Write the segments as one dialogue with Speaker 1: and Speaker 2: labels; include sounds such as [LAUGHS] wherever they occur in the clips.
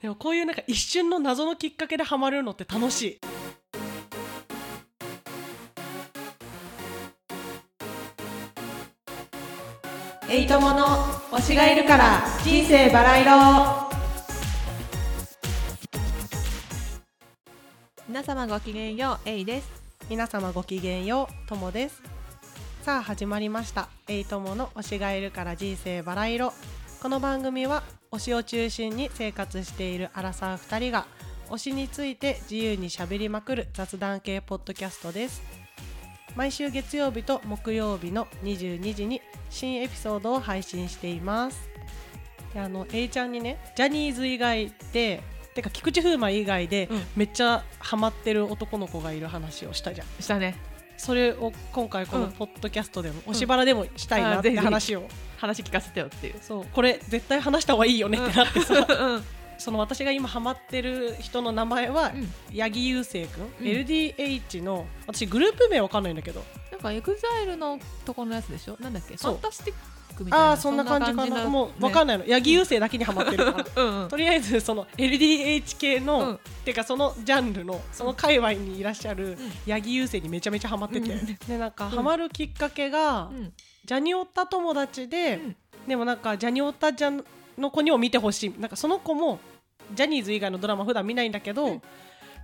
Speaker 1: でもこういうなんか一瞬の謎のきっかけでハマるのって楽しい
Speaker 2: エイトモの推しがいるから人生バラ色皆様ごきげんようエイです
Speaker 1: 皆様ごきげんようともですさあ始まりました「エイトモの推しがいるから人生バラ色」この番組は推しを中心に生活しているアラサー2人が推しについて自由にしゃべりまくる雑談系ポッドキャストです毎週月曜日と木曜日の22時に新エピソードを配信していますであの A ちゃんにねジャニーズ以外でてか菊池風磨以外で
Speaker 2: うん
Speaker 1: めっちゃハマってる男の子がいる話をしたじゃん
Speaker 2: したね
Speaker 1: それを今回こ
Speaker 2: う
Speaker 1: の
Speaker 2: ん
Speaker 1: ポッドキャストでも、おしばらでもしたいなっ
Speaker 2: あーぜひ
Speaker 1: て
Speaker 2: ぜひ
Speaker 1: 話を、
Speaker 2: 話聞かせてよっていう
Speaker 1: そうこれ絶対話した方がいいよねってなってさ、
Speaker 2: うんうん
Speaker 1: その私が今ハマってる人の名前は、八木雄星君、
Speaker 2: うん
Speaker 1: LDH の私グループ名わかんないんだけど
Speaker 2: なんかエグザイルのとこのやつでしょなんだっけフ
Speaker 1: そう
Speaker 2: ァンタスティックみたいな
Speaker 1: ああーそんな感じかなもうわかん
Speaker 2: ない
Speaker 1: ないの八木雄星だけにハマってるから
Speaker 2: うんうん
Speaker 1: [LAUGHS] とりあえずその LDH 系の、
Speaker 2: うん
Speaker 1: てかそのジャンルのその界隈にいらっしゃる
Speaker 2: ん
Speaker 1: 八木雄星にめちゃめちゃハマってて、
Speaker 2: うん
Speaker 1: でなんか
Speaker 2: ん
Speaker 1: ハマるきっかけが、
Speaker 2: うん
Speaker 1: ジャニオタ友達で、
Speaker 2: うん
Speaker 1: でもなんかジャニオタちゃんの子にも見てほしいなんかその子もジャニーズ以外のドラマ普段見ないんだけど、
Speaker 2: うん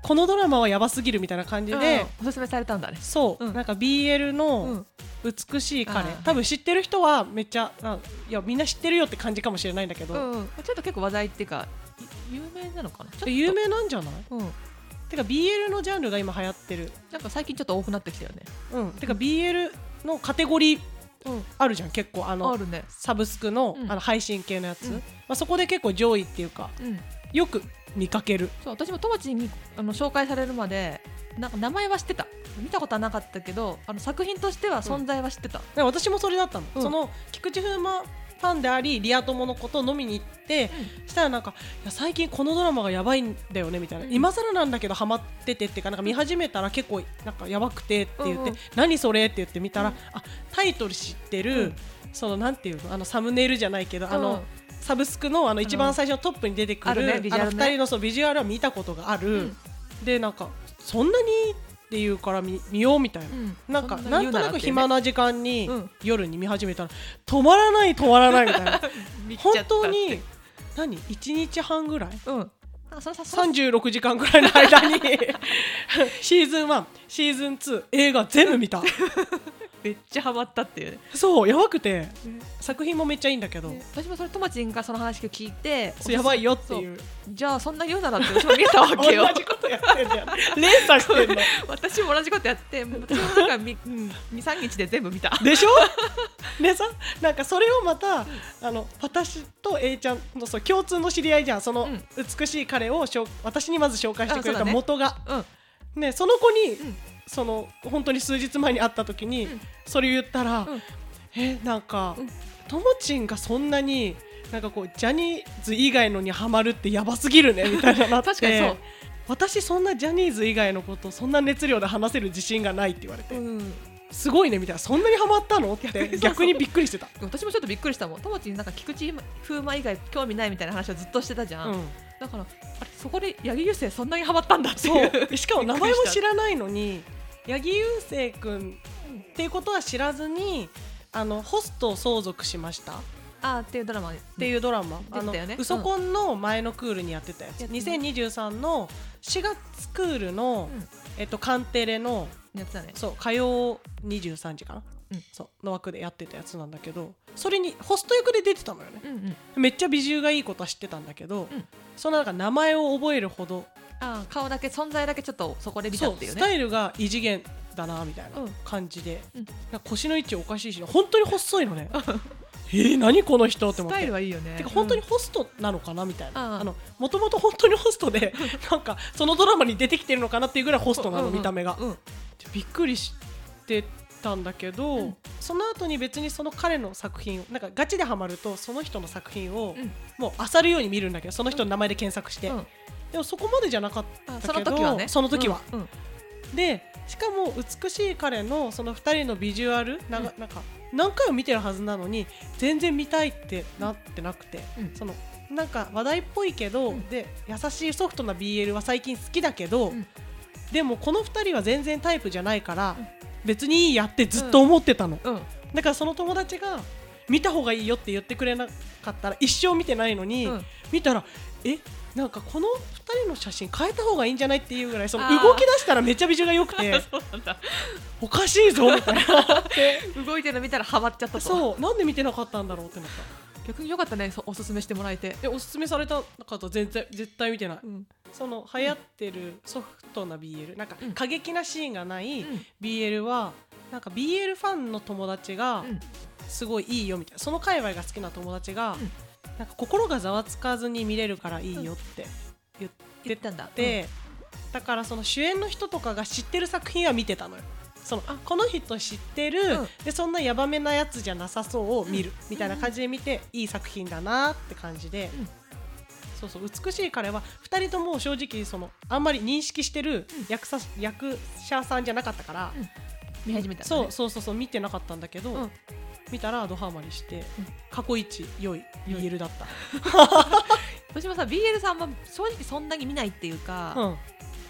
Speaker 1: このドラマはやばすぎるみたいな感じで、
Speaker 2: うんおすすめされたんだね
Speaker 1: そう、
Speaker 2: うん
Speaker 1: なんか BL
Speaker 2: う
Speaker 1: の
Speaker 2: ん
Speaker 1: 「美しい彼、
Speaker 2: あー
Speaker 1: 多分知ってる人はめっちゃあいやみんな知ってるよって感じかもしれないんだけど、
Speaker 2: うんちょっと結構話題っていうかい有名なのかなちょっと
Speaker 1: 有名なんじゃない
Speaker 2: うん
Speaker 1: てか BL のジャンルが今流行ってる、
Speaker 2: なんか最近ちょっと多くなってきたよね
Speaker 1: うん、てか BL のカテゴリーあるじゃん結構あの
Speaker 2: あるね
Speaker 1: サブスクの,、
Speaker 2: うん
Speaker 1: あの配信系のやつ、
Speaker 2: うん
Speaker 1: まあ、そこで結構上位っていうか
Speaker 2: うん
Speaker 1: よく見かける
Speaker 2: そう私も友達にあの紹介されるまでなんか名前は知ってた見たことはなかったけどあの作品としては存在は知ってた、
Speaker 1: で私もそれだったの、
Speaker 2: うん
Speaker 1: その菊池風磨ファンでありリア友のことを飲みに行って、したらなんかいや最近このドラマがやばいんだよねみたいな、
Speaker 2: うん
Speaker 1: 今更なんだけどハマっててっていうかなんか見始めたら結構なんかやばくてって言って、
Speaker 2: うんうん
Speaker 1: 何それって言ってみたら、
Speaker 2: うん
Speaker 1: あタイトル知ってる、
Speaker 2: うん
Speaker 1: そのなんていうのあのサムネイルじゃないけど、あのサブスクのあの一番最初のトップに出てくる
Speaker 2: あるねビジュアルね
Speaker 1: の2人のそうビジュアルは見たことがある、
Speaker 2: うん
Speaker 1: でなんかそんなにって言うから見見ようみたいな
Speaker 2: う。ん
Speaker 1: なんか
Speaker 2: そ
Speaker 1: な
Speaker 2: 言
Speaker 1: ん
Speaker 2: う
Speaker 1: と
Speaker 2: ら
Speaker 1: な
Speaker 2: っ
Speaker 1: く
Speaker 2: ていうね
Speaker 1: 暇な時間に
Speaker 2: うん
Speaker 1: 夜に見始めたら止まらない止まらないみたい
Speaker 2: [LAUGHS]
Speaker 1: な
Speaker 2: 見ちゃっ
Speaker 1: 本
Speaker 2: たって
Speaker 1: 当に何1日半ぐらい
Speaker 2: うんなんかそのさその
Speaker 1: 36時間ぐらいの間に [LAUGHS] シーズン1シーズン2映画全部見
Speaker 2: [LAUGHS]
Speaker 1: た
Speaker 2: めっちゃハマったっていうね
Speaker 1: そうやばくて
Speaker 2: ね
Speaker 1: 作品もめっちゃいいんだけど
Speaker 2: 私もそれ友達がその話を聞いて
Speaker 1: そうやばいよっていう
Speaker 2: じゃあそんな言うならって私も見えたわ
Speaker 1: 同
Speaker 2: け
Speaker 1: じ [LAUGHS]
Speaker 2: よ
Speaker 1: ことやってんだよ連鎖してんの
Speaker 2: [LAUGHS] 私も同じことやって私もなんかみ、
Speaker 1: [LAUGHS]
Speaker 2: うん、23日で全部見た
Speaker 1: でし
Speaker 2: [LAUGHS]
Speaker 1: ょでさなんかそれをまたあの私と A ちゃんのそう共通の知り合いじゃんその
Speaker 2: うん
Speaker 1: 美しい彼をしょう私にまず紹介してくれ
Speaker 2: あ
Speaker 1: た
Speaker 2: そうだね
Speaker 1: 元が
Speaker 2: うん
Speaker 1: ねその子に、
Speaker 2: うん
Speaker 1: その本当に数日前に会った時に、
Speaker 2: うん
Speaker 1: それ言ったら、
Speaker 2: うん
Speaker 1: えなんか、
Speaker 2: うん
Speaker 1: ともちんがそんなになんかこうジャニーズ以外のにハマるってやばすぎるねみたいななって
Speaker 2: [LAUGHS] 確かにそう
Speaker 1: 私そんなジャニーズ以外のことそんな熱量で話せる自信がないって言われて、
Speaker 2: うん
Speaker 1: すごいねみたいなそんなにハマったのっ
Speaker 2: 逆に [LAUGHS]
Speaker 1: て
Speaker 2: そう
Speaker 1: 逆にびっくりしてた。
Speaker 2: でも私もちょっとびっくりしたもん友達になんか菊池風磨以外興味ないみたいな話をずっとしてたじゃん、
Speaker 1: うん、
Speaker 2: だからあれそこで八木雄星そんなにハマったんだってい
Speaker 1: そううしかも名前
Speaker 2: びっ
Speaker 1: も
Speaker 2: くりした
Speaker 1: 知らないのに八木雄星君っていうことは知らずにあのホストを相続しましたっ
Speaker 2: [LAUGHS] あーっていうドラマってう
Speaker 1: いうドラマ、
Speaker 2: 出
Speaker 1: あ
Speaker 2: て
Speaker 1: の
Speaker 2: たよねうん
Speaker 1: ウソコンの前のクールにやってたやつ、
Speaker 2: やってたね
Speaker 1: 2023の4月クールの、
Speaker 2: うん
Speaker 1: えっと、カンテレの
Speaker 2: やつだね
Speaker 1: そう火曜23時かな、
Speaker 2: うん
Speaker 1: そうの枠でやってたやつなんだけどそれにホスト役で出てたのよね
Speaker 2: うんうん
Speaker 1: めっちゃ美獣がいいことは知ってたんだけど、
Speaker 2: うん
Speaker 1: そのなんか名前を覚えるほど
Speaker 2: あー顔だけ存在だけちょっとそこで見た
Speaker 1: そ
Speaker 2: っ
Speaker 1: う
Speaker 2: ていう
Speaker 1: ス
Speaker 2: ね
Speaker 1: タイルが異次元だなみたいな
Speaker 2: うん
Speaker 1: 感じで、
Speaker 2: うん
Speaker 1: なんか腰の位置おかしいし本当に細いのねえー、何この人って思って。
Speaker 2: はいいよね
Speaker 1: てか本当にホストなのかなみたい
Speaker 2: うん
Speaker 1: なもともと本当にホストでなんかそのドラマに出てきてるのかなっていうぐらいホ
Speaker 2: ホ
Speaker 1: ストなの見た目が
Speaker 2: うん
Speaker 1: びっくりしてたんだけど、
Speaker 2: うん
Speaker 1: その後に別にその彼の作品をなんかガチでハマるとその人の作品を
Speaker 2: うん
Speaker 1: もう漁るように見るんだけどその人の名前で検索して、
Speaker 2: うん
Speaker 1: でもそこまでじゃなかった
Speaker 2: あ
Speaker 1: けど
Speaker 2: その時はね
Speaker 1: その時は、
Speaker 2: うんうん
Speaker 1: でしかも美しい彼のその2人のビジュアルなが、なんか何回も見てるはずなのに全然見たいってなってなくて、
Speaker 2: うん
Speaker 1: そのなんか話題っぽいけど、
Speaker 2: うん
Speaker 1: で優しいソフトな BL は最近好きだけど、
Speaker 2: うん
Speaker 1: でもこの2人は全然タイプじゃないから、
Speaker 2: うん
Speaker 1: 別にいいやってずっと思ってたの、
Speaker 2: うん
Speaker 1: だからその友達が見た方がいいよって言ってくれなかったら一生見てないのに、
Speaker 2: うん
Speaker 1: 見たらえなんかこの2人の写真変えた方がいいんじゃないっていうぐらいその
Speaker 2: あー
Speaker 1: 動き出したらめちゃめちゃが良くて
Speaker 2: そうなんだ
Speaker 1: おかしいぞみたいな
Speaker 2: [LAUGHS] 動いてるの見たらハマっちゃったと
Speaker 1: そうなんで見てなかったんだろうってなった
Speaker 2: 逆によかったねそうおすすめしてもらえて、
Speaker 1: えおすすめされた方全然絶対見てない
Speaker 2: うん
Speaker 1: その流行ってるソフトな BL なんか
Speaker 2: うん
Speaker 1: 過激なシーンがな
Speaker 2: う
Speaker 1: い
Speaker 2: ん
Speaker 1: BL はなんか BL ファンの友達が
Speaker 2: うん
Speaker 1: すごいいいよみたいなその界隈が好きな友達が
Speaker 2: うん
Speaker 1: なんか心がざわつかずに見れるからいいよって言って
Speaker 2: 言ったんだ
Speaker 1: てだからその主演の人とかが知ってる作品は見てたのよ。そのこの人知ってる、
Speaker 2: うん
Speaker 1: でそんなヤバめなやつじゃなさそうを見る、みたいな感じで見て、いい作品だなって感じで、
Speaker 2: うん
Speaker 1: そうそう美しい彼は2人とも正直そのあんまり認識してる役者,、役者さんじゃなかったから、
Speaker 2: うん見始めたんだ
Speaker 1: そ
Speaker 2: ね
Speaker 1: うそうそうそう見てなかったんだけど、
Speaker 2: うん
Speaker 1: 見たらドハマりして、
Speaker 2: うん
Speaker 1: 過去一良い BL だっ
Speaker 2: 私もさ BL さんは正直そんなに見ないっていうか、
Speaker 1: た、うん、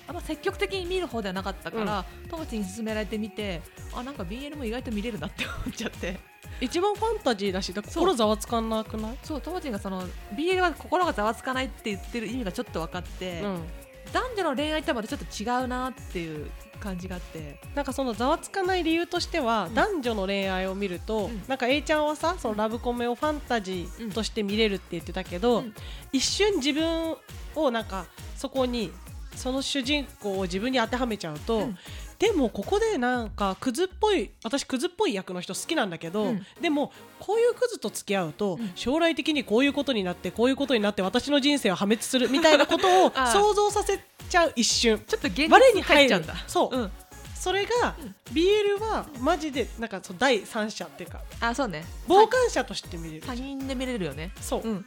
Speaker 2: あんま積極的に見る方ではなかったから、友達に勧められてみてあなんか BL も意外と見れるなって [LAUGHS] 思っちゃって
Speaker 1: 一番ファンタジーだしだから
Speaker 2: そう
Speaker 1: 心ざわつかんなくない
Speaker 2: そう友達がその BL は心がざわつかないって言ってる意味がちょっと分かって、
Speaker 1: うん
Speaker 2: 男女の恋愛とはまたちょっと違うなっていう感じがあって
Speaker 1: なんかそのざわつかない理由としては、
Speaker 2: うん
Speaker 1: 男女の恋愛を見ると、
Speaker 2: うん
Speaker 1: なんか A ちゃんはさそのラブコメをファンタジーとして見れるって言ってたけど、
Speaker 2: うん
Speaker 1: 一瞬自分をなんかそこにその主人公を自分に当てはめちゃうと、
Speaker 2: うん
Speaker 1: でもここでなんかクズっぽい私クズっぽい役の人好きなんだけど、
Speaker 2: うん
Speaker 1: でもこういうクズと付き合うと、
Speaker 2: うん
Speaker 1: 将来的にこういうことになってこういうことになって私の人生は破滅するみたいなことを
Speaker 2: ああ
Speaker 1: 想像させちゃう一瞬。
Speaker 2: ちょっと現実
Speaker 1: 我に
Speaker 2: に
Speaker 1: 入
Speaker 2: 入
Speaker 1: っ
Speaker 2: っ
Speaker 1: ち
Speaker 2: ち
Speaker 1: ゃ
Speaker 2: ゃ
Speaker 1: う
Speaker 2: うんん
Speaker 1: だ
Speaker 2: だ
Speaker 1: そう
Speaker 2: うん、
Speaker 1: それが、
Speaker 2: うん
Speaker 1: BL はマジでなんかその第三者っていうか
Speaker 2: あそうね
Speaker 1: 傍観者として見れる、
Speaker 2: 他人で見れるよね
Speaker 1: そう、
Speaker 2: うん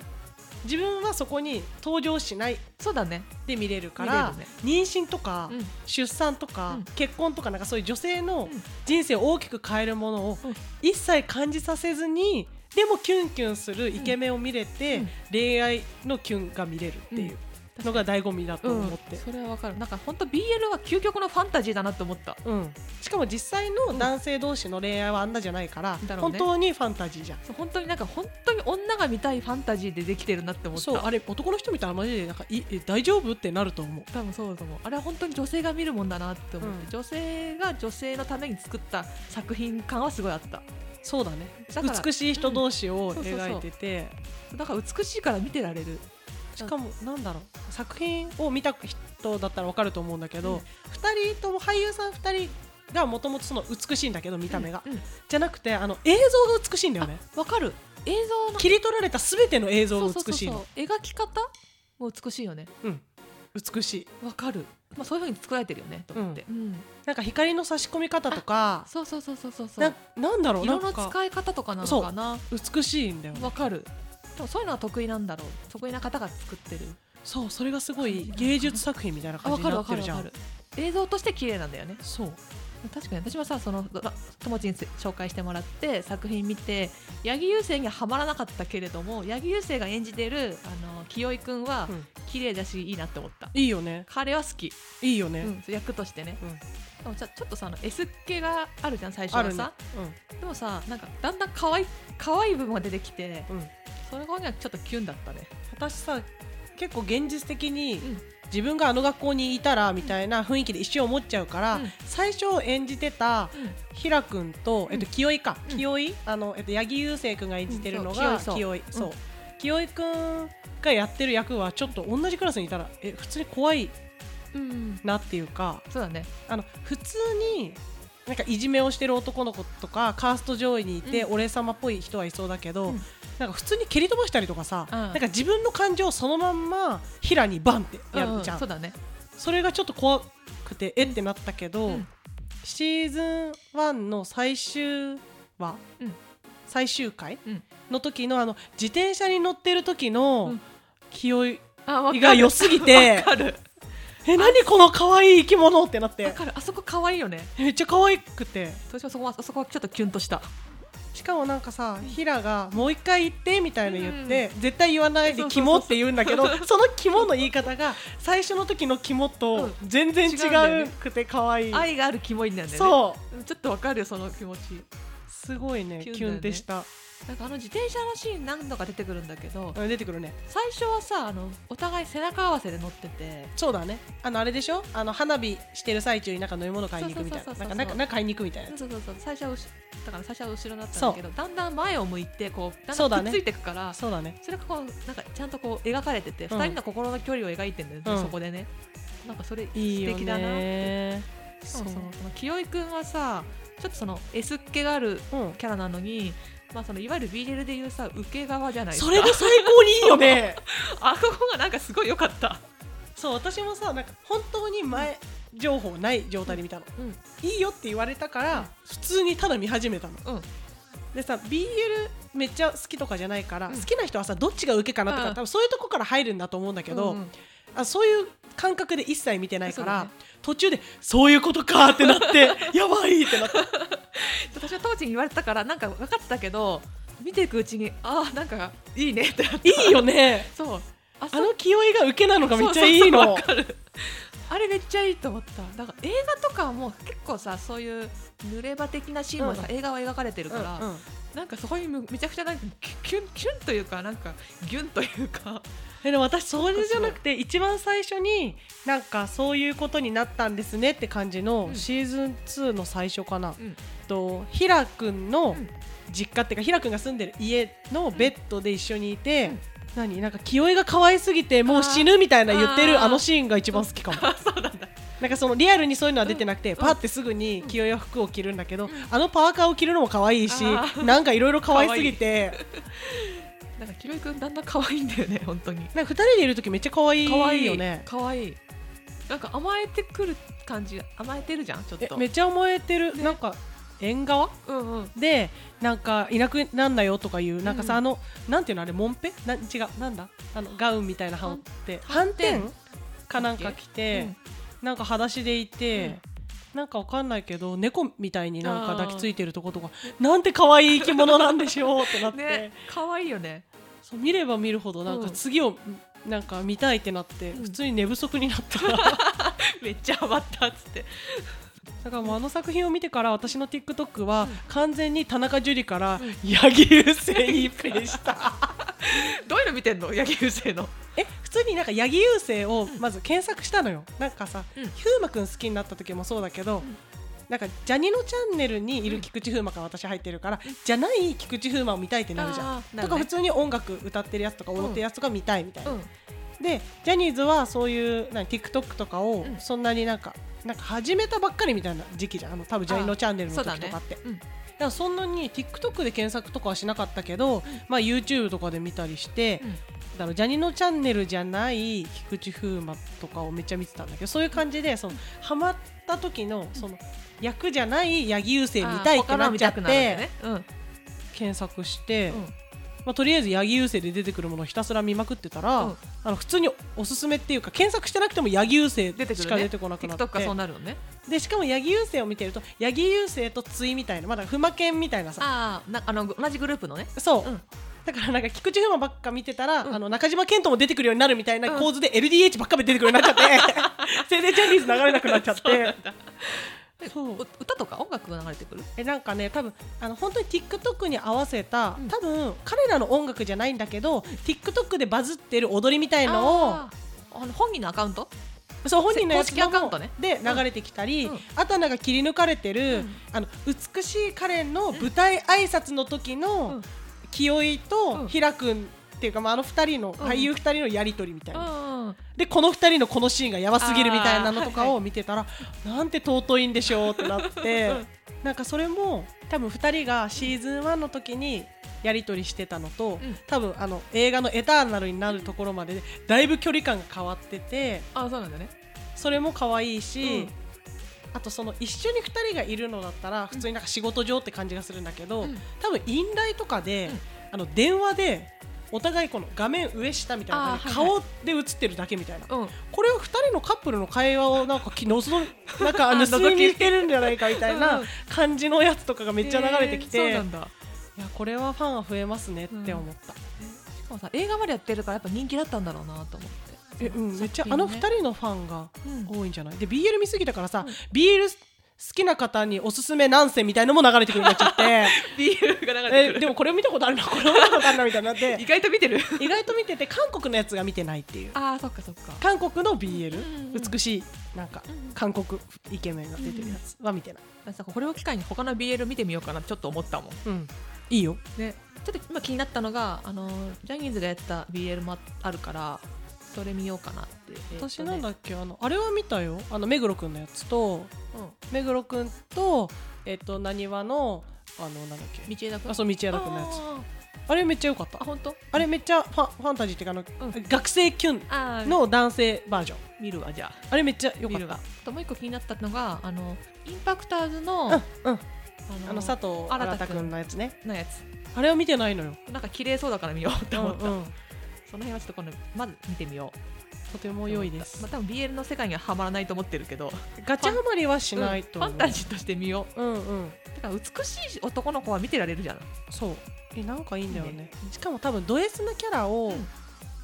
Speaker 1: 自分はそこに登場しない
Speaker 2: そうだね
Speaker 1: で見れるから
Speaker 2: 見れるね
Speaker 1: 妊娠とか、
Speaker 2: うん
Speaker 1: 出産とか、
Speaker 2: うん
Speaker 1: 結婚とかなんかそういう女性の
Speaker 2: うん
Speaker 1: 人生を大きく変えるものを
Speaker 2: うん
Speaker 1: 一切感じさせずにでもキュンキュンするイケメンを見れて、
Speaker 2: うん
Speaker 1: 恋愛のキュンが見れるっていうのが醍醐味だと思って、
Speaker 2: それはわかるなんか本当 BL は究極のファンタジーだなと思った
Speaker 1: うん、しかも実際の男性同士の恋愛はあんなじゃないから、
Speaker 2: だろう
Speaker 1: 本
Speaker 2: ね
Speaker 1: 当にファンタジーじゃん。
Speaker 2: そう本当になんか本当に女が見たいファンタジーでできてるなって思った
Speaker 1: そうあれ男の人見たらマジでなんかいえ大丈夫ってなると思う。
Speaker 2: 多分そうだと思うあれは本当に女性が見るもんだなって思って、
Speaker 1: うん
Speaker 2: 女性が女性のために作った作品感はすごいあった
Speaker 1: そうだね
Speaker 2: だから
Speaker 1: 美しい人同士を
Speaker 2: んそうそうそう
Speaker 1: 描いてて、
Speaker 2: だから美しいから見てられる
Speaker 1: しかもなんだろう作品を見た人だったらわかると思うんだけ
Speaker 2: う
Speaker 1: ど、
Speaker 2: ん
Speaker 1: 二人とも俳優さん二人がもともとその美しいんだけど見た目が、
Speaker 2: うんうん
Speaker 1: じゃなくてあの映像が美しいんだよね
Speaker 2: わかる映像の
Speaker 1: 切り取られたすべての映像
Speaker 2: そう
Speaker 1: が
Speaker 2: そう
Speaker 1: 美しいの
Speaker 2: そうそう描き方も美しいよね
Speaker 1: うん美しい
Speaker 2: わかる、まあ、そういうふうに作られてるよねと思って、うん
Speaker 1: なんか光の差し込み方とか
Speaker 2: そうそうそうそうそうそ
Speaker 1: な
Speaker 2: う
Speaker 1: なんだろうな
Speaker 2: 色
Speaker 1: ん
Speaker 2: の
Speaker 1: か
Speaker 2: 使い方とかなのかな
Speaker 1: 美しいんだよね
Speaker 2: わかるでもそういうのは得意なんだろう得意な方が作ってる
Speaker 1: そうそれがすごい芸術作品みたいな
Speaker 2: あ
Speaker 1: 感
Speaker 2: わ
Speaker 1: じに
Speaker 2: かる
Speaker 1: な
Speaker 2: わ
Speaker 1: って
Speaker 2: か
Speaker 1: る
Speaker 2: る
Speaker 1: じ
Speaker 2: わ
Speaker 1: ゃん
Speaker 2: かる映像として綺麗なんだよね
Speaker 1: そう
Speaker 2: 確かに私もさそのドラ友達に紹介してもらって作品見て八木雄星にはハマらなかったけれども八木雄星が演じてるあの清井くんは
Speaker 1: うん
Speaker 2: 綺麗だしいいなって思った、
Speaker 1: いいよね
Speaker 2: 彼は好き、
Speaker 1: いいよね、
Speaker 2: うん役としてね、
Speaker 1: うん
Speaker 2: でもさちょっとさあの S 系があるじゃん最初
Speaker 1: あ
Speaker 2: は
Speaker 1: るね
Speaker 2: さ、でもさなんかだんだん可愛い可愛い部分が出てきて
Speaker 1: うんうん、
Speaker 2: それがねちょっとキュンだったね
Speaker 1: 私さ結構現実的に、
Speaker 2: うん
Speaker 1: 自分があの学校にいたらみたいな雰囲気で一瞬思っちゃうから、
Speaker 2: うん
Speaker 1: 最初演じてたひらくんと、えっと、
Speaker 2: うん
Speaker 1: 清井か、
Speaker 2: うん
Speaker 1: 清井あの、えっと、八木雄星くんが演じてるの
Speaker 2: う
Speaker 1: が
Speaker 2: んそう
Speaker 1: 清井
Speaker 2: そう
Speaker 1: そう、
Speaker 2: うん
Speaker 1: 清井くんがやってる役はちょっと同じクラスにいたらえ普通に怖い
Speaker 2: うん、うん、
Speaker 1: なっていうか
Speaker 2: そうだね
Speaker 1: あの普通になんかいじめをしてる男の子とかカースト上位にいて、
Speaker 2: う
Speaker 1: 俺様っぽい人はいそうだけど、
Speaker 2: うん
Speaker 1: なんか普通に蹴り飛ばしたりとかさ、
Speaker 2: うん
Speaker 1: なんか自分の感情をそのまんま平にバンってやるじゃん、
Speaker 2: ううそうだね
Speaker 1: それがちょっと怖くてえってなったけど、
Speaker 2: うん
Speaker 1: シーズン1の最終話、
Speaker 2: うん
Speaker 1: 最終回、
Speaker 2: うん
Speaker 1: の時のあの自転車に乗ってる時の
Speaker 2: うん
Speaker 1: 清い、
Speaker 2: あわかる
Speaker 1: 胃が良すぎて
Speaker 2: わかる
Speaker 1: え何この可愛い生き物ってなっ
Speaker 2: わ
Speaker 1: て
Speaker 2: かるあそこ可愛いよね
Speaker 1: めっちゃ可愛くて
Speaker 2: 私はそこはあそこはちょっとキュンとした
Speaker 1: しかもなんかさヒラが「もう一回言って」みたいな言って、
Speaker 2: う
Speaker 1: 絶対言わないで
Speaker 2: そ
Speaker 1: 「
Speaker 2: うそうそうそう
Speaker 1: 肝」って言うんだけどその「肝」の言い方が最初の時の「肝」
Speaker 2: う
Speaker 1: と
Speaker 2: ん
Speaker 1: 全然
Speaker 2: 違うんだ
Speaker 1: 違
Speaker 2: よ
Speaker 1: う
Speaker 2: ね
Speaker 1: くて可愛い、
Speaker 2: 愛があるキモいんだよね
Speaker 1: そう
Speaker 2: うんちょっとわかるよその気持ち
Speaker 1: すごいね
Speaker 2: キ
Speaker 1: キ
Speaker 2: ュンだよ
Speaker 1: ュ
Speaker 2: ね
Speaker 1: ンってした、
Speaker 2: なんかあの自転車のシーン何度か出てくるんだけど
Speaker 1: うん出てくるね
Speaker 2: 最初はさあのお互い背中合わせで乗ってて
Speaker 1: そうだねあのあれでしょあの花火してる最中になんか飲み物買いに行くみたい
Speaker 2: そ
Speaker 1: な
Speaker 2: うそ
Speaker 1: な
Speaker 2: う
Speaker 1: か
Speaker 2: んそうそう
Speaker 1: なんかなんか買いに行くみたいな
Speaker 2: そうそうそう最初はうしだから最初は後ろだったんだけどだんだん前を向いてこうだん
Speaker 1: そう
Speaker 2: だ
Speaker 1: だ
Speaker 2: ん
Speaker 1: ね
Speaker 2: くっついていくからそ,、
Speaker 1: そうだね
Speaker 2: れがこうなんかちゃんとこう描かれてて、
Speaker 1: うん
Speaker 2: 二人の心の距離を描いてるんだよね、
Speaker 1: うん
Speaker 2: そこでねなんかそれ素
Speaker 1: いいよ
Speaker 2: 敵だなって
Speaker 1: ね
Speaker 2: しかもその
Speaker 1: う
Speaker 2: その清居君はさちょっとその S っ気がある
Speaker 1: うん
Speaker 2: キャラなのに、まあ、そのいわゆる BL でいうさ受け側じゃないです
Speaker 1: そ
Speaker 2: か
Speaker 1: れが最高にいいよ
Speaker 2: [LAUGHS]
Speaker 1: ね
Speaker 2: あそこがなんかすごい良かった、
Speaker 1: そう私もさなんか本当に前情報ない状態で見たの、
Speaker 2: うん
Speaker 1: いいよって言われたから普通にただ見始めたの
Speaker 2: うん、
Speaker 1: でさ BL めっちゃ好きとかじゃないから、
Speaker 2: うん
Speaker 1: 好きな人はさどっちが受けかなとか、
Speaker 2: うん
Speaker 1: 多分そういうとこから入るんだと思うんだけど、
Speaker 2: うんうん
Speaker 1: あそういう感覚で一切見てないから、
Speaker 2: そうだね
Speaker 1: 途中でそういうことかってなって
Speaker 2: [LAUGHS]
Speaker 1: やばいってなった
Speaker 2: 私は当時に言われたからなんか分かってたけど見ていくうちにああなんかいいねってなった
Speaker 1: いいよね
Speaker 2: そうあそ
Speaker 1: あの清居が受けなのがめっちゃいい
Speaker 2: そうそうそう
Speaker 1: の
Speaker 2: わかるあれめっちゃいいと思っただから映画とかはもう結構さそういう濡れ場的なシーンもさ、映画は描かれてるから、
Speaker 1: うんうん
Speaker 2: なんかそこにむめちゃくちゃなんかキュキュンキュンというかなんかギュンというか [LAUGHS]
Speaker 1: [LAUGHS] えでも私それじゃなくて一番最初になんかそういうことになったんですねって感じの
Speaker 2: うん
Speaker 1: シーズン2の最初かな、
Speaker 2: うん
Speaker 1: とひらくんの
Speaker 2: うん
Speaker 1: 実家っていうかひらくんが住んでる家のベッドで一緒にいて、
Speaker 2: うん
Speaker 1: 何なんか清居が可愛すぎてもう死ぬみたいな言ってる
Speaker 2: あー
Speaker 1: あのシーンが一番好きかも
Speaker 2: [LAUGHS] そうなんだ
Speaker 1: なんかそのリアルにそういうのは出てなくて、
Speaker 2: ん
Speaker 1: パってすぐに清居は服を着るんだけど、
Speaker 2: ん
Speaker 1: あのパーカーを着るのも可愛いし
Speaker 2: あー
Speaker 1: なんかいろいろ可愛すぎて
Speaker 2: なんかひろゆくんだんだん可愛いんだよね本当に
Speaker 1: なんか2人でいる時めっちゃ可愛いよね
Speaker 2: 可愛いなんか甘えてくる感じ甘えてるじゃんちょっ
Speaker 1: え
Speaker 2: と
Speaker 1: めっちゃ思えてる、なんか縁側
Speaker 2: うんうん
Speaker 1: でなんかいなくなんなよとかいうなんかさ、
Speaker 2: うん
Speaker 1: あのなんていうのあれもんぺな違うなんだあのガウンみたいな羽織って
Speaker 2: はん
Speaker 1: 斑点
Speaker 2: はん
Speaker 1: かなんか着て、なんか裸足でいて、なんかわかんないけど猫みたいになんか抱きついてるとことかなんて可愛い生き物なんでしょうってなって、
Speaker 2: ね可愛いよね
Speaker 1: そう見れば見るほどなんか
Speaker 2: うん
Speaker 1: 次を、なんか見たいってなって、
Speaker 2: うん
Speaker 1: 普通に寝不足になった
Speaker 2: めっちゃハマったっつって
Speaker 1: だからもうあの作品を見てから私の TikTok は完全に田中樹から
Speaker 2: うん
Speaker 1: 八木優勢に一変した。
Speaker 2: どういうの見てんの八木優勢の
Speaker 1: [LAUGHS] え普通になんか八木優勢をまず検索したのよ、なんかさ、
Speaker 2: うん
Speaker 1: ヒューマくん好きになった時もそうだけど、
Speaker 2: ん
Speaker 1: なんかジャニのチャンネルにいる菊池風磨が私入ってるから、じゃない菊池風磨を見たいってなるじゃん、
Speaker 2: あーな
Speaker 1: と
Speaker 2: るね
Speaker 1: か普通に音楽歌ってるやつとか踊ってるやつとか見たいみたいな、
Speaker 2: うん
Speaker 1: でジャニーズはそういうなん TikTok とかを
Speaker 2: うん
Speaker 1: そんなになんかなんか始めたばっかりみたいな時期じゃんあの多分ジャニのチャンネルの
Speaker 2: そう
Speaker 1: 時
Speaker 2: だ
Speaker 1: と
Speaker 2: ね
Speaker 1: かって。
Speaker 2: うん
Speaker 1: だからそんなに TikTok で検索とかはしなかったけど、まあ、YouTube とかで見たりして、
Speaker 2: うん
Speaker 1: だろうジャニのチャンネルじゃない菊池風磨とかをめっちゃ見てたんだけどそういう感じでそのハマった時のその役じゃない八木優勢見たいってなっちゃって、
Speaker 2: あー他の見たくなるんだよね
Speaker 1: 検索して、
Speaker 2: うん
Speaker 1: まあ、とりあえず八木優勢で出てくるものをひたすら見まくってたら、
Speaker 2: うん
Speaker 1: あの普通におすすめっていうか検索してなくても八木優勢
Speaker 2: 出てくるね
Speaker 1: しか出てこなくなって
Speaker 2: TikTok がそうなるのね
Speaker 1: でしかも八木優勢を見てると八木優勢と対みたいなまだ不魔犬みたいなさ
Speaker 2: あああの同じグループのね
Speaker 1: そう、
Speaker 2: うん
Speaker 1: だからなんか菊池風磨ばっか見てたら、
Speaker 2: うん
Speaker 1: あの中島健人も出てくるようになるみたいな
Speaker 2: うん
Speaker 1: 構図で LDH ばっかり出てくるようになっちゃって、
Speaker 2: [LAUGHS]
Speaker 1: 全然ジャニーズ流れなくなっちゃっ
Speaker 2: そうな
Speaker 1: て
Speaker 2: んだ
Speaker 1: そう
Speaker 2: う歌とか音楽が流れてくる
Speaker 1: えなんかね多分あの本当に TikTok に合わせた、
Speaker 2: うん
Speaker 1: 多分彼らの音楽じゃないんだけど TikTok でバズってる踊りみたいのを
Speaker 2: あーあの本人のアカウント
Speaker 1: そう本人のやつ
Speaker 2: 公式アカウントね
Speaker 1: で流れてきたり、
Speaker 2: うん
Speaker 1: あとはなんか切り抜かれてる、
Speaker 2: うん
Speaker 1: あの美しいカレンの舞台挨拶の時
Speaker 2: う
Speaker 1: の
Speaker 2: ん
Speaker 1: 清居
Speaker 2: う
Speaker 1: と
Speaker 2: ん
Speaker 1: ひらくんっていうか、まあ、あの二人の、
Speaker 2: うん
Speaker 1: 俳優二人のやり取りみたいな、
Speaker 2: うん
Speaker 1: でこの二人のこのシーンがやばすぎるみたいなのとかを見てたら、なんて尊いんでしょうってなって
Speaker 2: [LAUGHS] うん
Speaker 1: なんかそれも多分二人がシーズン1の時にやり取りしてたのと、
Speaker 2: うん
Speaker 1: 多分あの映画の「エターナル」になるところまででだいぶ距離感が変わってて
Speaker 2: あーそうなんだね
Speaker 1: それも可愛いし、
Speaker 2: うん
Speaker 1: あとその一緒に二人がいるのだったら普通になんか仕事上って感じがするんだけど、
Speaker 2: うん
Speaker 1: 多分インライとかで、
Speaker 2: うん
Speaker 1: あの電話でお互いこの画面上下みたいな感じで
Speaker 2: あーはい
Speaker 1: 顔で映ってるだけみたいな。
Speaker 2: うん
Speaker 1: これを2人のカップルの会話をなんかきの
Speaker 2: [LAUGHS]
Speaker 1: ぞなんか
Speaker 2: あ
Speaker 1: 盗み
Speaker 2: 覗き
Speaker 1: にしてるんじゃないかみたいな感じのやつとかがめっちゃ流れてきて、
Speaker 2: えーそうなんだ
Speaker 1: いやこれはファンは増えますねって思った、
Speaker 2: しかもさ映画までやってるからやっぱ人気だったんだろうなと思って
Speaker 1: えうん、めっちゃあの2、人のファンが
Speaker 2: その作品ねうん
Speaker 1: 多いんじゃないで BL 見すぎたからさ、
Speaker 2: うん
Speaker 1: BL 好きな方におすすめ何選みたいのも流れてくるようになっちゃって
Speaker 2: [LAUGHS] ビールが流れて
Speaker 1: え
Speaker 2: く
Speaker 1: で
Speaker 2: る
Speaker 1: もこれ見たことあるなこれも見たことあるなみたいになって
Speaker 2: [LAUGHS] 意外と見てる
Speaker 1: 意外と見てて韓国のやつが見てないっていう
Speaker 2: ああそっかそっか
Speaker 1: 韓国の BL
Speaker 2: うんうん
Speaker 1: 美しいなんか
Speaker 2: うん
Speaker 1: 韓国イケメンが出てるやつは見てない、
Speaker 2: なんかさこれを機会に他の BL 見てみようかなってちょっと思ったもん
Speaker 1: うん、いいよ
Speaker 2: ねちょっと今気になったのがあのジャニーズがやった BL もああるからそれ見ようかなって、
Speaker 1: 私なん
Speaker 2: だ、
Speaker 1: だっけあのあれは見たよあの目黒くんのやつと目黒くんとえっとなにわのあのなんだっ
Speaker 2: うん、
Speaker 1: け
Speaker 2: 道枝君
Speaker 1: あそう道枝くんのやつあれめっちゃ良かった
Speaker 2: あ本当
Speaker 1: あれめっちゃファファンタジーっていうかあの、
Speaker 2: うん
Speaker 1: 学生キュン
Speaker 2: あー
Speaker 1: の男性バージョン
Speaker 2: 見るわじゃあ
Speaker 1: あれめっちゃ良か
Speaker 2: 見
Speaker 1: っ
Speaker 2: るわ
Speaker 1: た
Speaker 2: あともう一個気になったのがあのインパクターズの、あ
Speaker 1: うんうんあの佐藤
Speaker 2: 新
Speaker 1: 新
Speaker 2: 太
Speaker 1: 太
Speaker 2: くん
Speaker 1: くんのやつね
Speaker 2: のやつ
Speaker 1: あれは見てないのよ
Speaker 2: なんか綺麗そうだから見ようって
Speaker 1: うん
Speaker 2: 思
Speaker 1: う
Speaker 2: っ
Speaker 1: ん
Speaker 2: た、その辺はちょっと今度まず見てみよう
Speaker 1: とても良いです
Speaker 2: まあ多分 BL の世界にはハマらないと思ってるけど
Speaker 1: ガチャハマりはしないと
Speaker 2: フ
Speaker 1: 思
Speaker 2: ァ
Speaker 1: う、
Speaker 2: ンタジーとして見よ
Speaker 1: うんうん
Speaker 2: うだから美しい男の子は見てられるじゃん
Speaker 1: そうえなんかいいんだよね
Speaker 2: いいね
Speaker 1: しかも多分ド S なキャラを、
Speaker 2: うん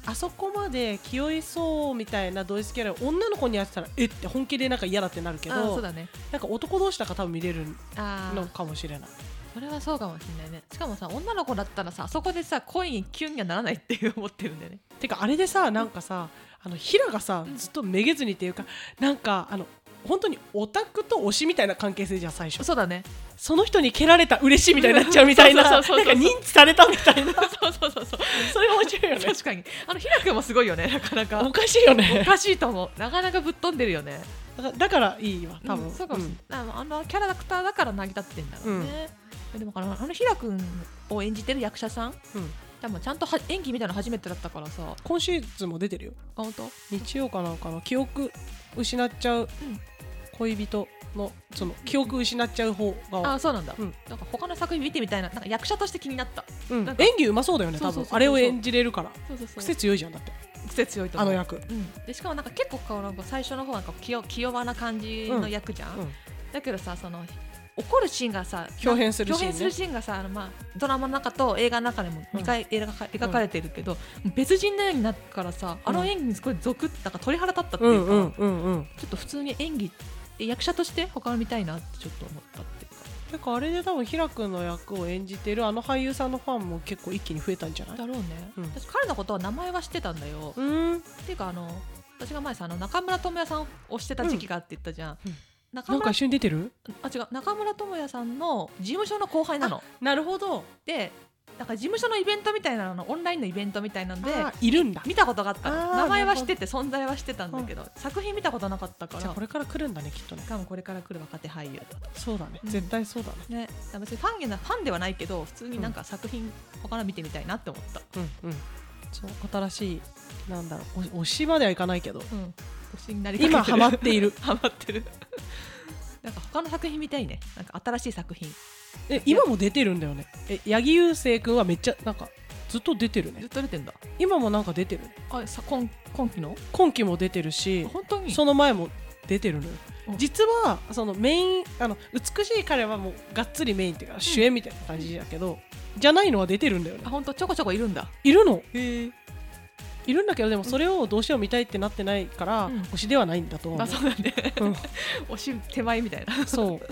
Speaker 1: あそこまで気負いそうみたいなド S キャラを女の子にやってたらえって本気でなんか嫌だってなるけ
Speaker 2: あー
Speaker 1: ど
Speaker 2: そうだね
Speaker 1: なんか男同士だから多分見れる
Speaker 2: あ
Speaker 1: の
Speaker 2: あ
Speaker 1: かもしれない
Speaker 2: それはそうかもしれないねしかもさ女の子だったらさあそこでさ恋にキュンにはならないっていう思ってるんだよね
Speaker 1: てかあれでさなんかさあのヒラがさ
Speaker 2: うん
Speaker 1: ずっとめげずにっていうかなんかあの本当にオタクと推しみたいな関係性じゃん最初
Speaker 2: そうだ [LAUGHS] ね
Speaker 1: その人に蹴られた嬉しいみたいになっちゃうみたいな
Speaker 2: そ
Speaker 1: な
Speaker 2: うんそ
Speaker 1: か
Speaker 2: うそうそう
Speaker 1: 認知されたみたいな
Speaker 2: そうそうそうそう
Speaker 1: それ面白いよね
Speaker 2: 確かにあのひらくんもすごいよねなかなか
Speaker 1: [LAUGHS] おかしいよ
Speaker 2: お
Speaker 1: ね
Speaker 2: かしいと思うなかなかぶっ飛んでるよね
Speaker 1: だからだからいいわ多分、
Speaker 2: うんそうかもしれない、あのキャラクターだから成り立ってんだろうね、でもあのあのひらくんを演じてる役者さん
Speaker 1: うんうん
Speaker 2: でもちゃんとは演技みたいなの初めてだったからさあ
Speaker 1: 今シーズンも出てるよ
Speaker 2: 本当
Speaker 1: 日曜かなんかの記憶失っちゃう恋人のその記憶失っちゃう方が、
Speaker 2: あそうなんだ、
Speaker 1: うん
Speaker 2: なんか他の作品見てみたいななんか役者として気になった
Speaker 1: うん
Speaker 2: なんか
Speaker 1: 演技うまそうだよね多
Speaker 2: そうそ
Speaker 1: 分
Speaker 2: うそうそう
Speaker 1: あれを演じれるから
Speaker 2: そうそうそう
Speaker 1: 癖強いじゃんだって
Speaker 2: 癖強いと
Speaker 1: あ
Speaker 2: 思
Speaker 1: の
Speaker 2: う
Speaker 1: 役
Speaker 2: うん、でしかもなんか結構こうなんか最初の方はなんか気弱気弱な感じの役じゃん、
Speaker 1: うんうん
Speaker 2: だけどさその怒るシーンがさ
Speaker 1: 豹変するシーンね
Speaker 2: 豹変するシーンがさあの、まあ、ドラマの中と映画の中でも2回描か,、描かれてるけど別人のようになるからさあの演技にすごいゾクッなんか鳥肌立ったっていうか、
Speaker 1: うんうん
Speaker 2: ちょっと普通に演技役者として他を見たいなってちょっと思ったっていうか
Speaker 1: てかあれで多分ひらくんの役を演じてるあの俳優さんのファンも結構一気に増えたんじゃない
Speaker 2: だろうね、
Speaker 1: うん
Speaker 2: 私彼のことは名前は知ってたんだよ、
Speaker 1: うーん
Speaker 2: っていうかあの私が前さあの中村倫也さんをしてた時期があって言ったじゃん、
Speaker 1: うんうん
Speaker 2: 中
Speaker 1: なん
Speaker 2: 村
Speaker 1: か一緒に出てる
Speaker 2: あ違う中村倫也さんの事務所の後輩なの
Speaker 1: なるほど
Speaker 2: でなんか事務所のイベントみたいなのオンラインのイベントみたいなんで
Speaker 1: でいるんだ
Speaker 2: 見たことがあったの
Speaker 1: あー
Speaker 2: 名前は
Speaker 1: なる
Speaker 2: 知っ
Speaker 1: ほ
Speaker 2: て
Speaker 1: ど
Speaker 2: て存在は知ってたんだけど作品見たことなかったから
Speaker 1: じゃあこれから来るんだねきっとね
Speaker 2: しかもこれから来る若手俳優だと
Speaker 1: そうだね、
Speaker 2: うん
Speaker 1: 絶対そうだね
Speaker 2: ねだから別にファンやなファンではないけど普通になんか作品他の見てみたいなって思った、
Speaker 1: うんうんそう新しいなんだろうお推しまではいかないけど
Speaker 2: うん、推しになりかけて
Speaker 1: 今
Speaker 2: る
Speaker 1: ハマっている
Speaker 2: [LAUGHS] ハマってるなんか他の作品見たいねなんか新しい作品
Speaker 1: え今も出てるんだよねえ八木勇征君はめっちゃなんかずっと出てる
Speaker 2: ずっ
Speaker 1: ね
Speaker 2: と出てんだ
Speaker 1: 今もなんか出てる
Speaker 2: あさ今今期の
Speaker 1: 今期も出てるし
Speaker 2: 本当に
Speaker 1: その前も出てるのよ
Speaker 2: お
Speaker 1: 実はそのメインあの美しい彼はもうがっつりメインっていうか主演みたいな感じだけど、じゃないのは出てるんだよね
Speaker 2: あ本当ちょこちょこいるんだ
Speaker 1: いるの
Speaker 2: へえ
Speaker 1: いるんだけどでもそれをどうしても見たいってなってないから、
Speaker 2: うん
Speaker 1: 推しではないんだと思う
Speaker 2: あそうなんで、 [LAUGHS]
Speaker 1: うん
Speaker 2: 推し手前みたいな
Speaker 1: そ
Speaker 2: そっか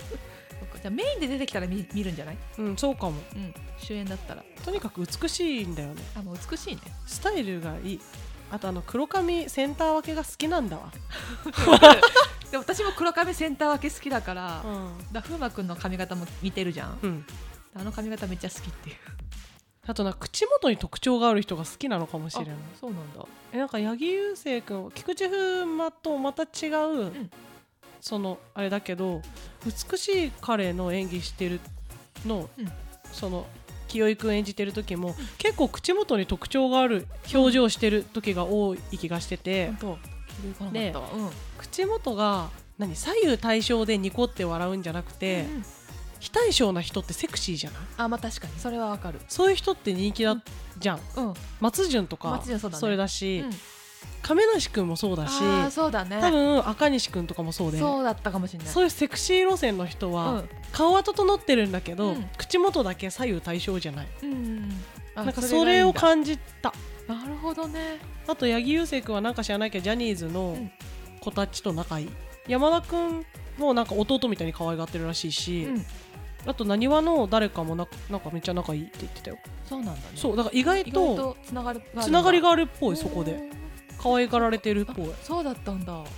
Speaker 2: じゃあメインで出てきたら見見るんじゃない、
Speaker 1: う、うん、そうかも
Speaker 2: うん、主演だったら
Speaker 1: とにかく美しいんだよね
Speaker 2: あもう美しいね
Speaker 1: スタイルがいいあとあの黒髪センター分けが好きなんだわ、
Speaker 2: でも私も黒髪センター分け好きだから、
Speaker 1: うん
Speaker 2: だ風磨くんの髪型も似てるじゃん
Speaker 1: うん、
Speaker 2: あの髪型めっちゃ好きっていう
Speaker 1: あとなんか口元に特徴がある人が好きなのかもしれない
Speaker 2: あそうなんだ
Speaker 1: えなんか八木勇征君菊池風磨とまた違う、
Speaker 2: ん
Speaker 1: そのあれだけど美しい彼の演技してるの、
Speaker 2: うん
Speaker 1: その清居君演じてる時も結構口元に特徴がある表情してる時が多い気がしてて、
Speaker 2: 本当気づかなかったわ、うん
Speaker 1: 口元が何左右対称でニコって笑うんじゃなくて、
Speaker 2: うんうん
Speaker 1: 非対称な人ってセクシーじゃない
Speaker 2: あまあ確かにそれはわかる
Speaker 1: そういう人って人気だ、
Speaker 2: うん
Speaker 1: じゃん
Speaker 2: うん、うん
Speaker 1: 松潤とか
Speaker 2: 松潤そうだね
Speaker 1: れだし、亀梨君もそうだし
Speaker 2: あーそうだね
Speaker 1: 多分赤西君とかもそうで
Speaker 2: そうだったかもしれない
Speaker 1: そういうセクシー路線の人は、
Speaker 2: うん
Speaker 1: 顔は整ってるんだけど、
Speaker 2: うん
Speaker 1: 口元だけ左右対称じゃない
Speaker 2: うんうんあ
Speaker 1: なんか
Speaker 2: が
Speaker 1: そ
Speaker 2: い
Speaker 1: れ
Speaker 2: いん
Speaker 1: を
Speaker 2: だ
Speaker 1: 感じた
Speaker 2: なるほどね
Speaker 1: あと八木雄星君はなんか知らないけどジャニーズの
Speaker 2: うん
Speaker 1: 子たちと仲いい、山田君もなんか弟みたいに可愛がってるらしいうし、
Speaker 2: ん
Speaker 1: あとなにわの誰かもななんかめっちゃ仲いいって言ってたよ
Speaker 2: そうなんだね
Speaker 1: そうだから意外
Speaker 2: 意外
Speaker 1: と
Speaker 2: とつながる
Speaker 1: つながりが
Speaker 2: あるんだ
Speaker 1: あるっぽいそこで可愛がられてるっぽい
Speaker 2: あそうだったんだなんか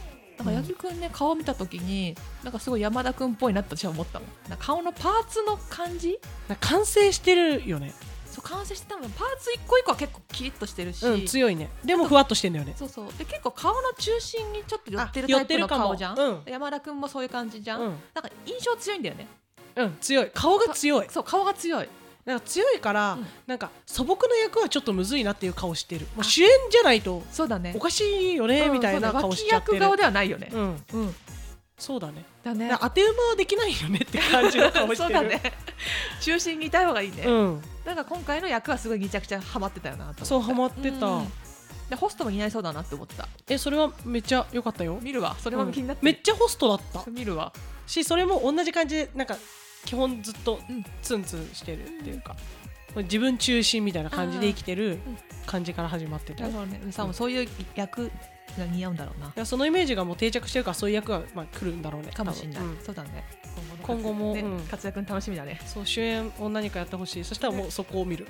Speaker 2: 八木くんね顔見た時になんかすごい山田くんっぽいなって私は思ったもんなんか顔のパーツの感じ
Speaker 1: なんか完成してるよね
Speaker 2: そう完成してたのパーツ一個一個は結構キリッとしてるし、
Speaker 1: うん強いねでもふわっとしてんだよね
Speaker 2: そうそうで結構顔の中心にちょっと寄ってる
Speaker 1: あ
Speaker 2: タイプの顔じゃん、
Speaker 1: 寄って
Speaker 2: 山田くんもそういう感じじゃん、
Speaker 1: うんう
Speaker 2: なん
Speaker 1: ん
Speaker 2: か印象強いんだよね
Speaker 1: うん強い顔が強い
Speaker 2: そう顔が強い
Speaker 1: なんか強いから、
Speaker 2: うん
Speaker 1: なんか素朴な役はちょっとむずいなっていう顔してるもう
Speaker 2: あ
Speaker 1: 主演じゃないと
Speaker 2: そうだね
Speaker 1: おかしいよね
Speaker 2: うん
Speaker 1: みたいな
Speaker 2: そうだ
Speaker 1: 顔しちゃって
Speaker 2: 脇
Speaker 1: る
Speaker 2: 役顔ではないよね、
Speaker 1: うん
Speaker 2: うん、
Speaker 1: そうだね
Speaker 2: だね
Speaker 1: だから当て馬はできないよねって感じの顔してる
Speaker 2: [LAUGHS] そうだね中心にいた方がいいね、
Speaker 1: うん
Speaker 2: なんか今回の役はすごいめちゃくちゃハマってたよなと思って
Speaker 1: そうハマってた
Speaker 2: うんでホストも似合いそうだなって思った
Speaker 1: えそれはめっちゃ良かったよ
Speaker 2: 見るわそれも気にな
Speaker 1: う
Speaker 2: っ
Speaker 1: ん
Speaker 2: て
Speaker 1: め
Speaker 2: る
Speaker 1: っちゃホストだった
Speaker 2: 見るわ
Speaker 1: しそれも同じ感じでなんか基本ずっと
Speaker 2: うん
Speaker 1: ツンツンしてるっていうか、自分中心みたいな感じで生きてる
Speaker 2: うん
Speaker 1: 感じから始まってた
Speaker 2: だ
Speaker 1: よ、
Speaker 2: からねさんもそういう役が似合うんだろうな
Speaker 1: だからそのイメージがもう定着してるからそういう役がまあ来るんだろうね
Speaker 2: かもしれない、
Speaker 1: 多分うん
Speaker 2: そうだね
Speaker 1: 今後も
Speaker 2: ね
Speaker 1: うん
Speaker 2: 活躍の楽しみだね
Speaker 1: そう主演を何かやってほしいそしたらもうそこを見る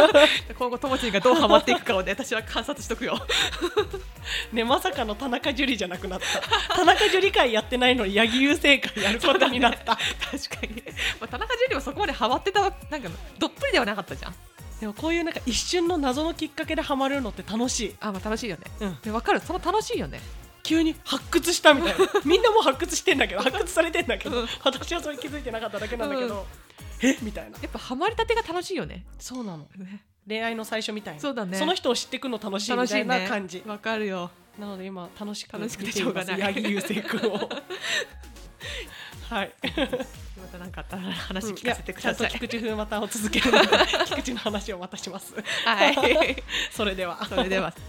Speaker 1: [LAUGHS]
Speaker 2: 今後ともちんがどうハマっていくかをね私は観察しとくよ
Speaker 1: ねまさかの田中樹じゃなくなった [LAUGHS] 田中樹会やってないのに八木優勢会やることになった、
Speaker 2: 確かに、 [LAUGHS] まあ、田中樹はそこまでハマってたなんかどっぷりではなかったじゃん
Speaker 1: でもこういうなんか一瞬の謎のきっかけでハマるのって楽しい、
Speaker 2: あまあ楽しいよね
Speaker 1: うん、
Speaker 2: でわかるその楽しいよね
Speaker 1: 急に発掘したみたいなみんなもう発掘してんだけど発掘されてんだけど、
Speaker 2: うん
Speaker 1: 私はそれ気づいてなかっただけなんだけど、えみたいな
Speaker 2: やっぱハマりたてが楽しいよね
Speaker 1: そうなの恋愛の最初みたいな
Speaker 2: そうだね
Speaker 1: の人を知ってくの楽しい
Speaker 2: 楽
Speaker 1: み
Speaker 2: し
Speaker 1: た
Speaker 2: い
Speaker 1: い
Speaker 2: ね
Speaker 1: な感じ、
Speaker 2: わかるよ
Speaker 1: なので今楽しく
Speaker 2: 楽しくて
Speaker 1: 見ています
Speaker 2: しょうがない
Speaker 1: 八木雄星君
Speaker 2: [LAUGHS]
Speaker 1: をはい
Speaker 2: また何かあったら話
Speaker 1: うん
Speaker 2: 聞かせてくださ
Speaker 1: やちゃんと菊池
Speaker 2: い、
Speaker 1: 風磨さんを続ける
Speaker 2: [LAUGHS]
Speaker 1: ので菊池の話をまたします
Speaker 2: はい
Speaker 1: それでは
Speaker 2: それでは [LAUGHS]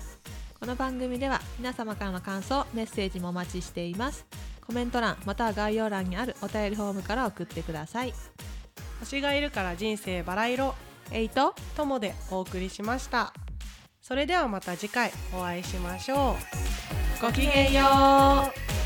Speaker 2: この番組では皆様からの感想メッセージもお待ちしていますコメント欄または概要欄にあるお便りフォームから送ってください
Speaker 1: [LAUGHS] 星がいるから人生バラ色
Speaker 2: えいと
Speaker 1: ともでお送りしましたそれではまた次回お会いしましょう
Speaker 2: ごきげんよう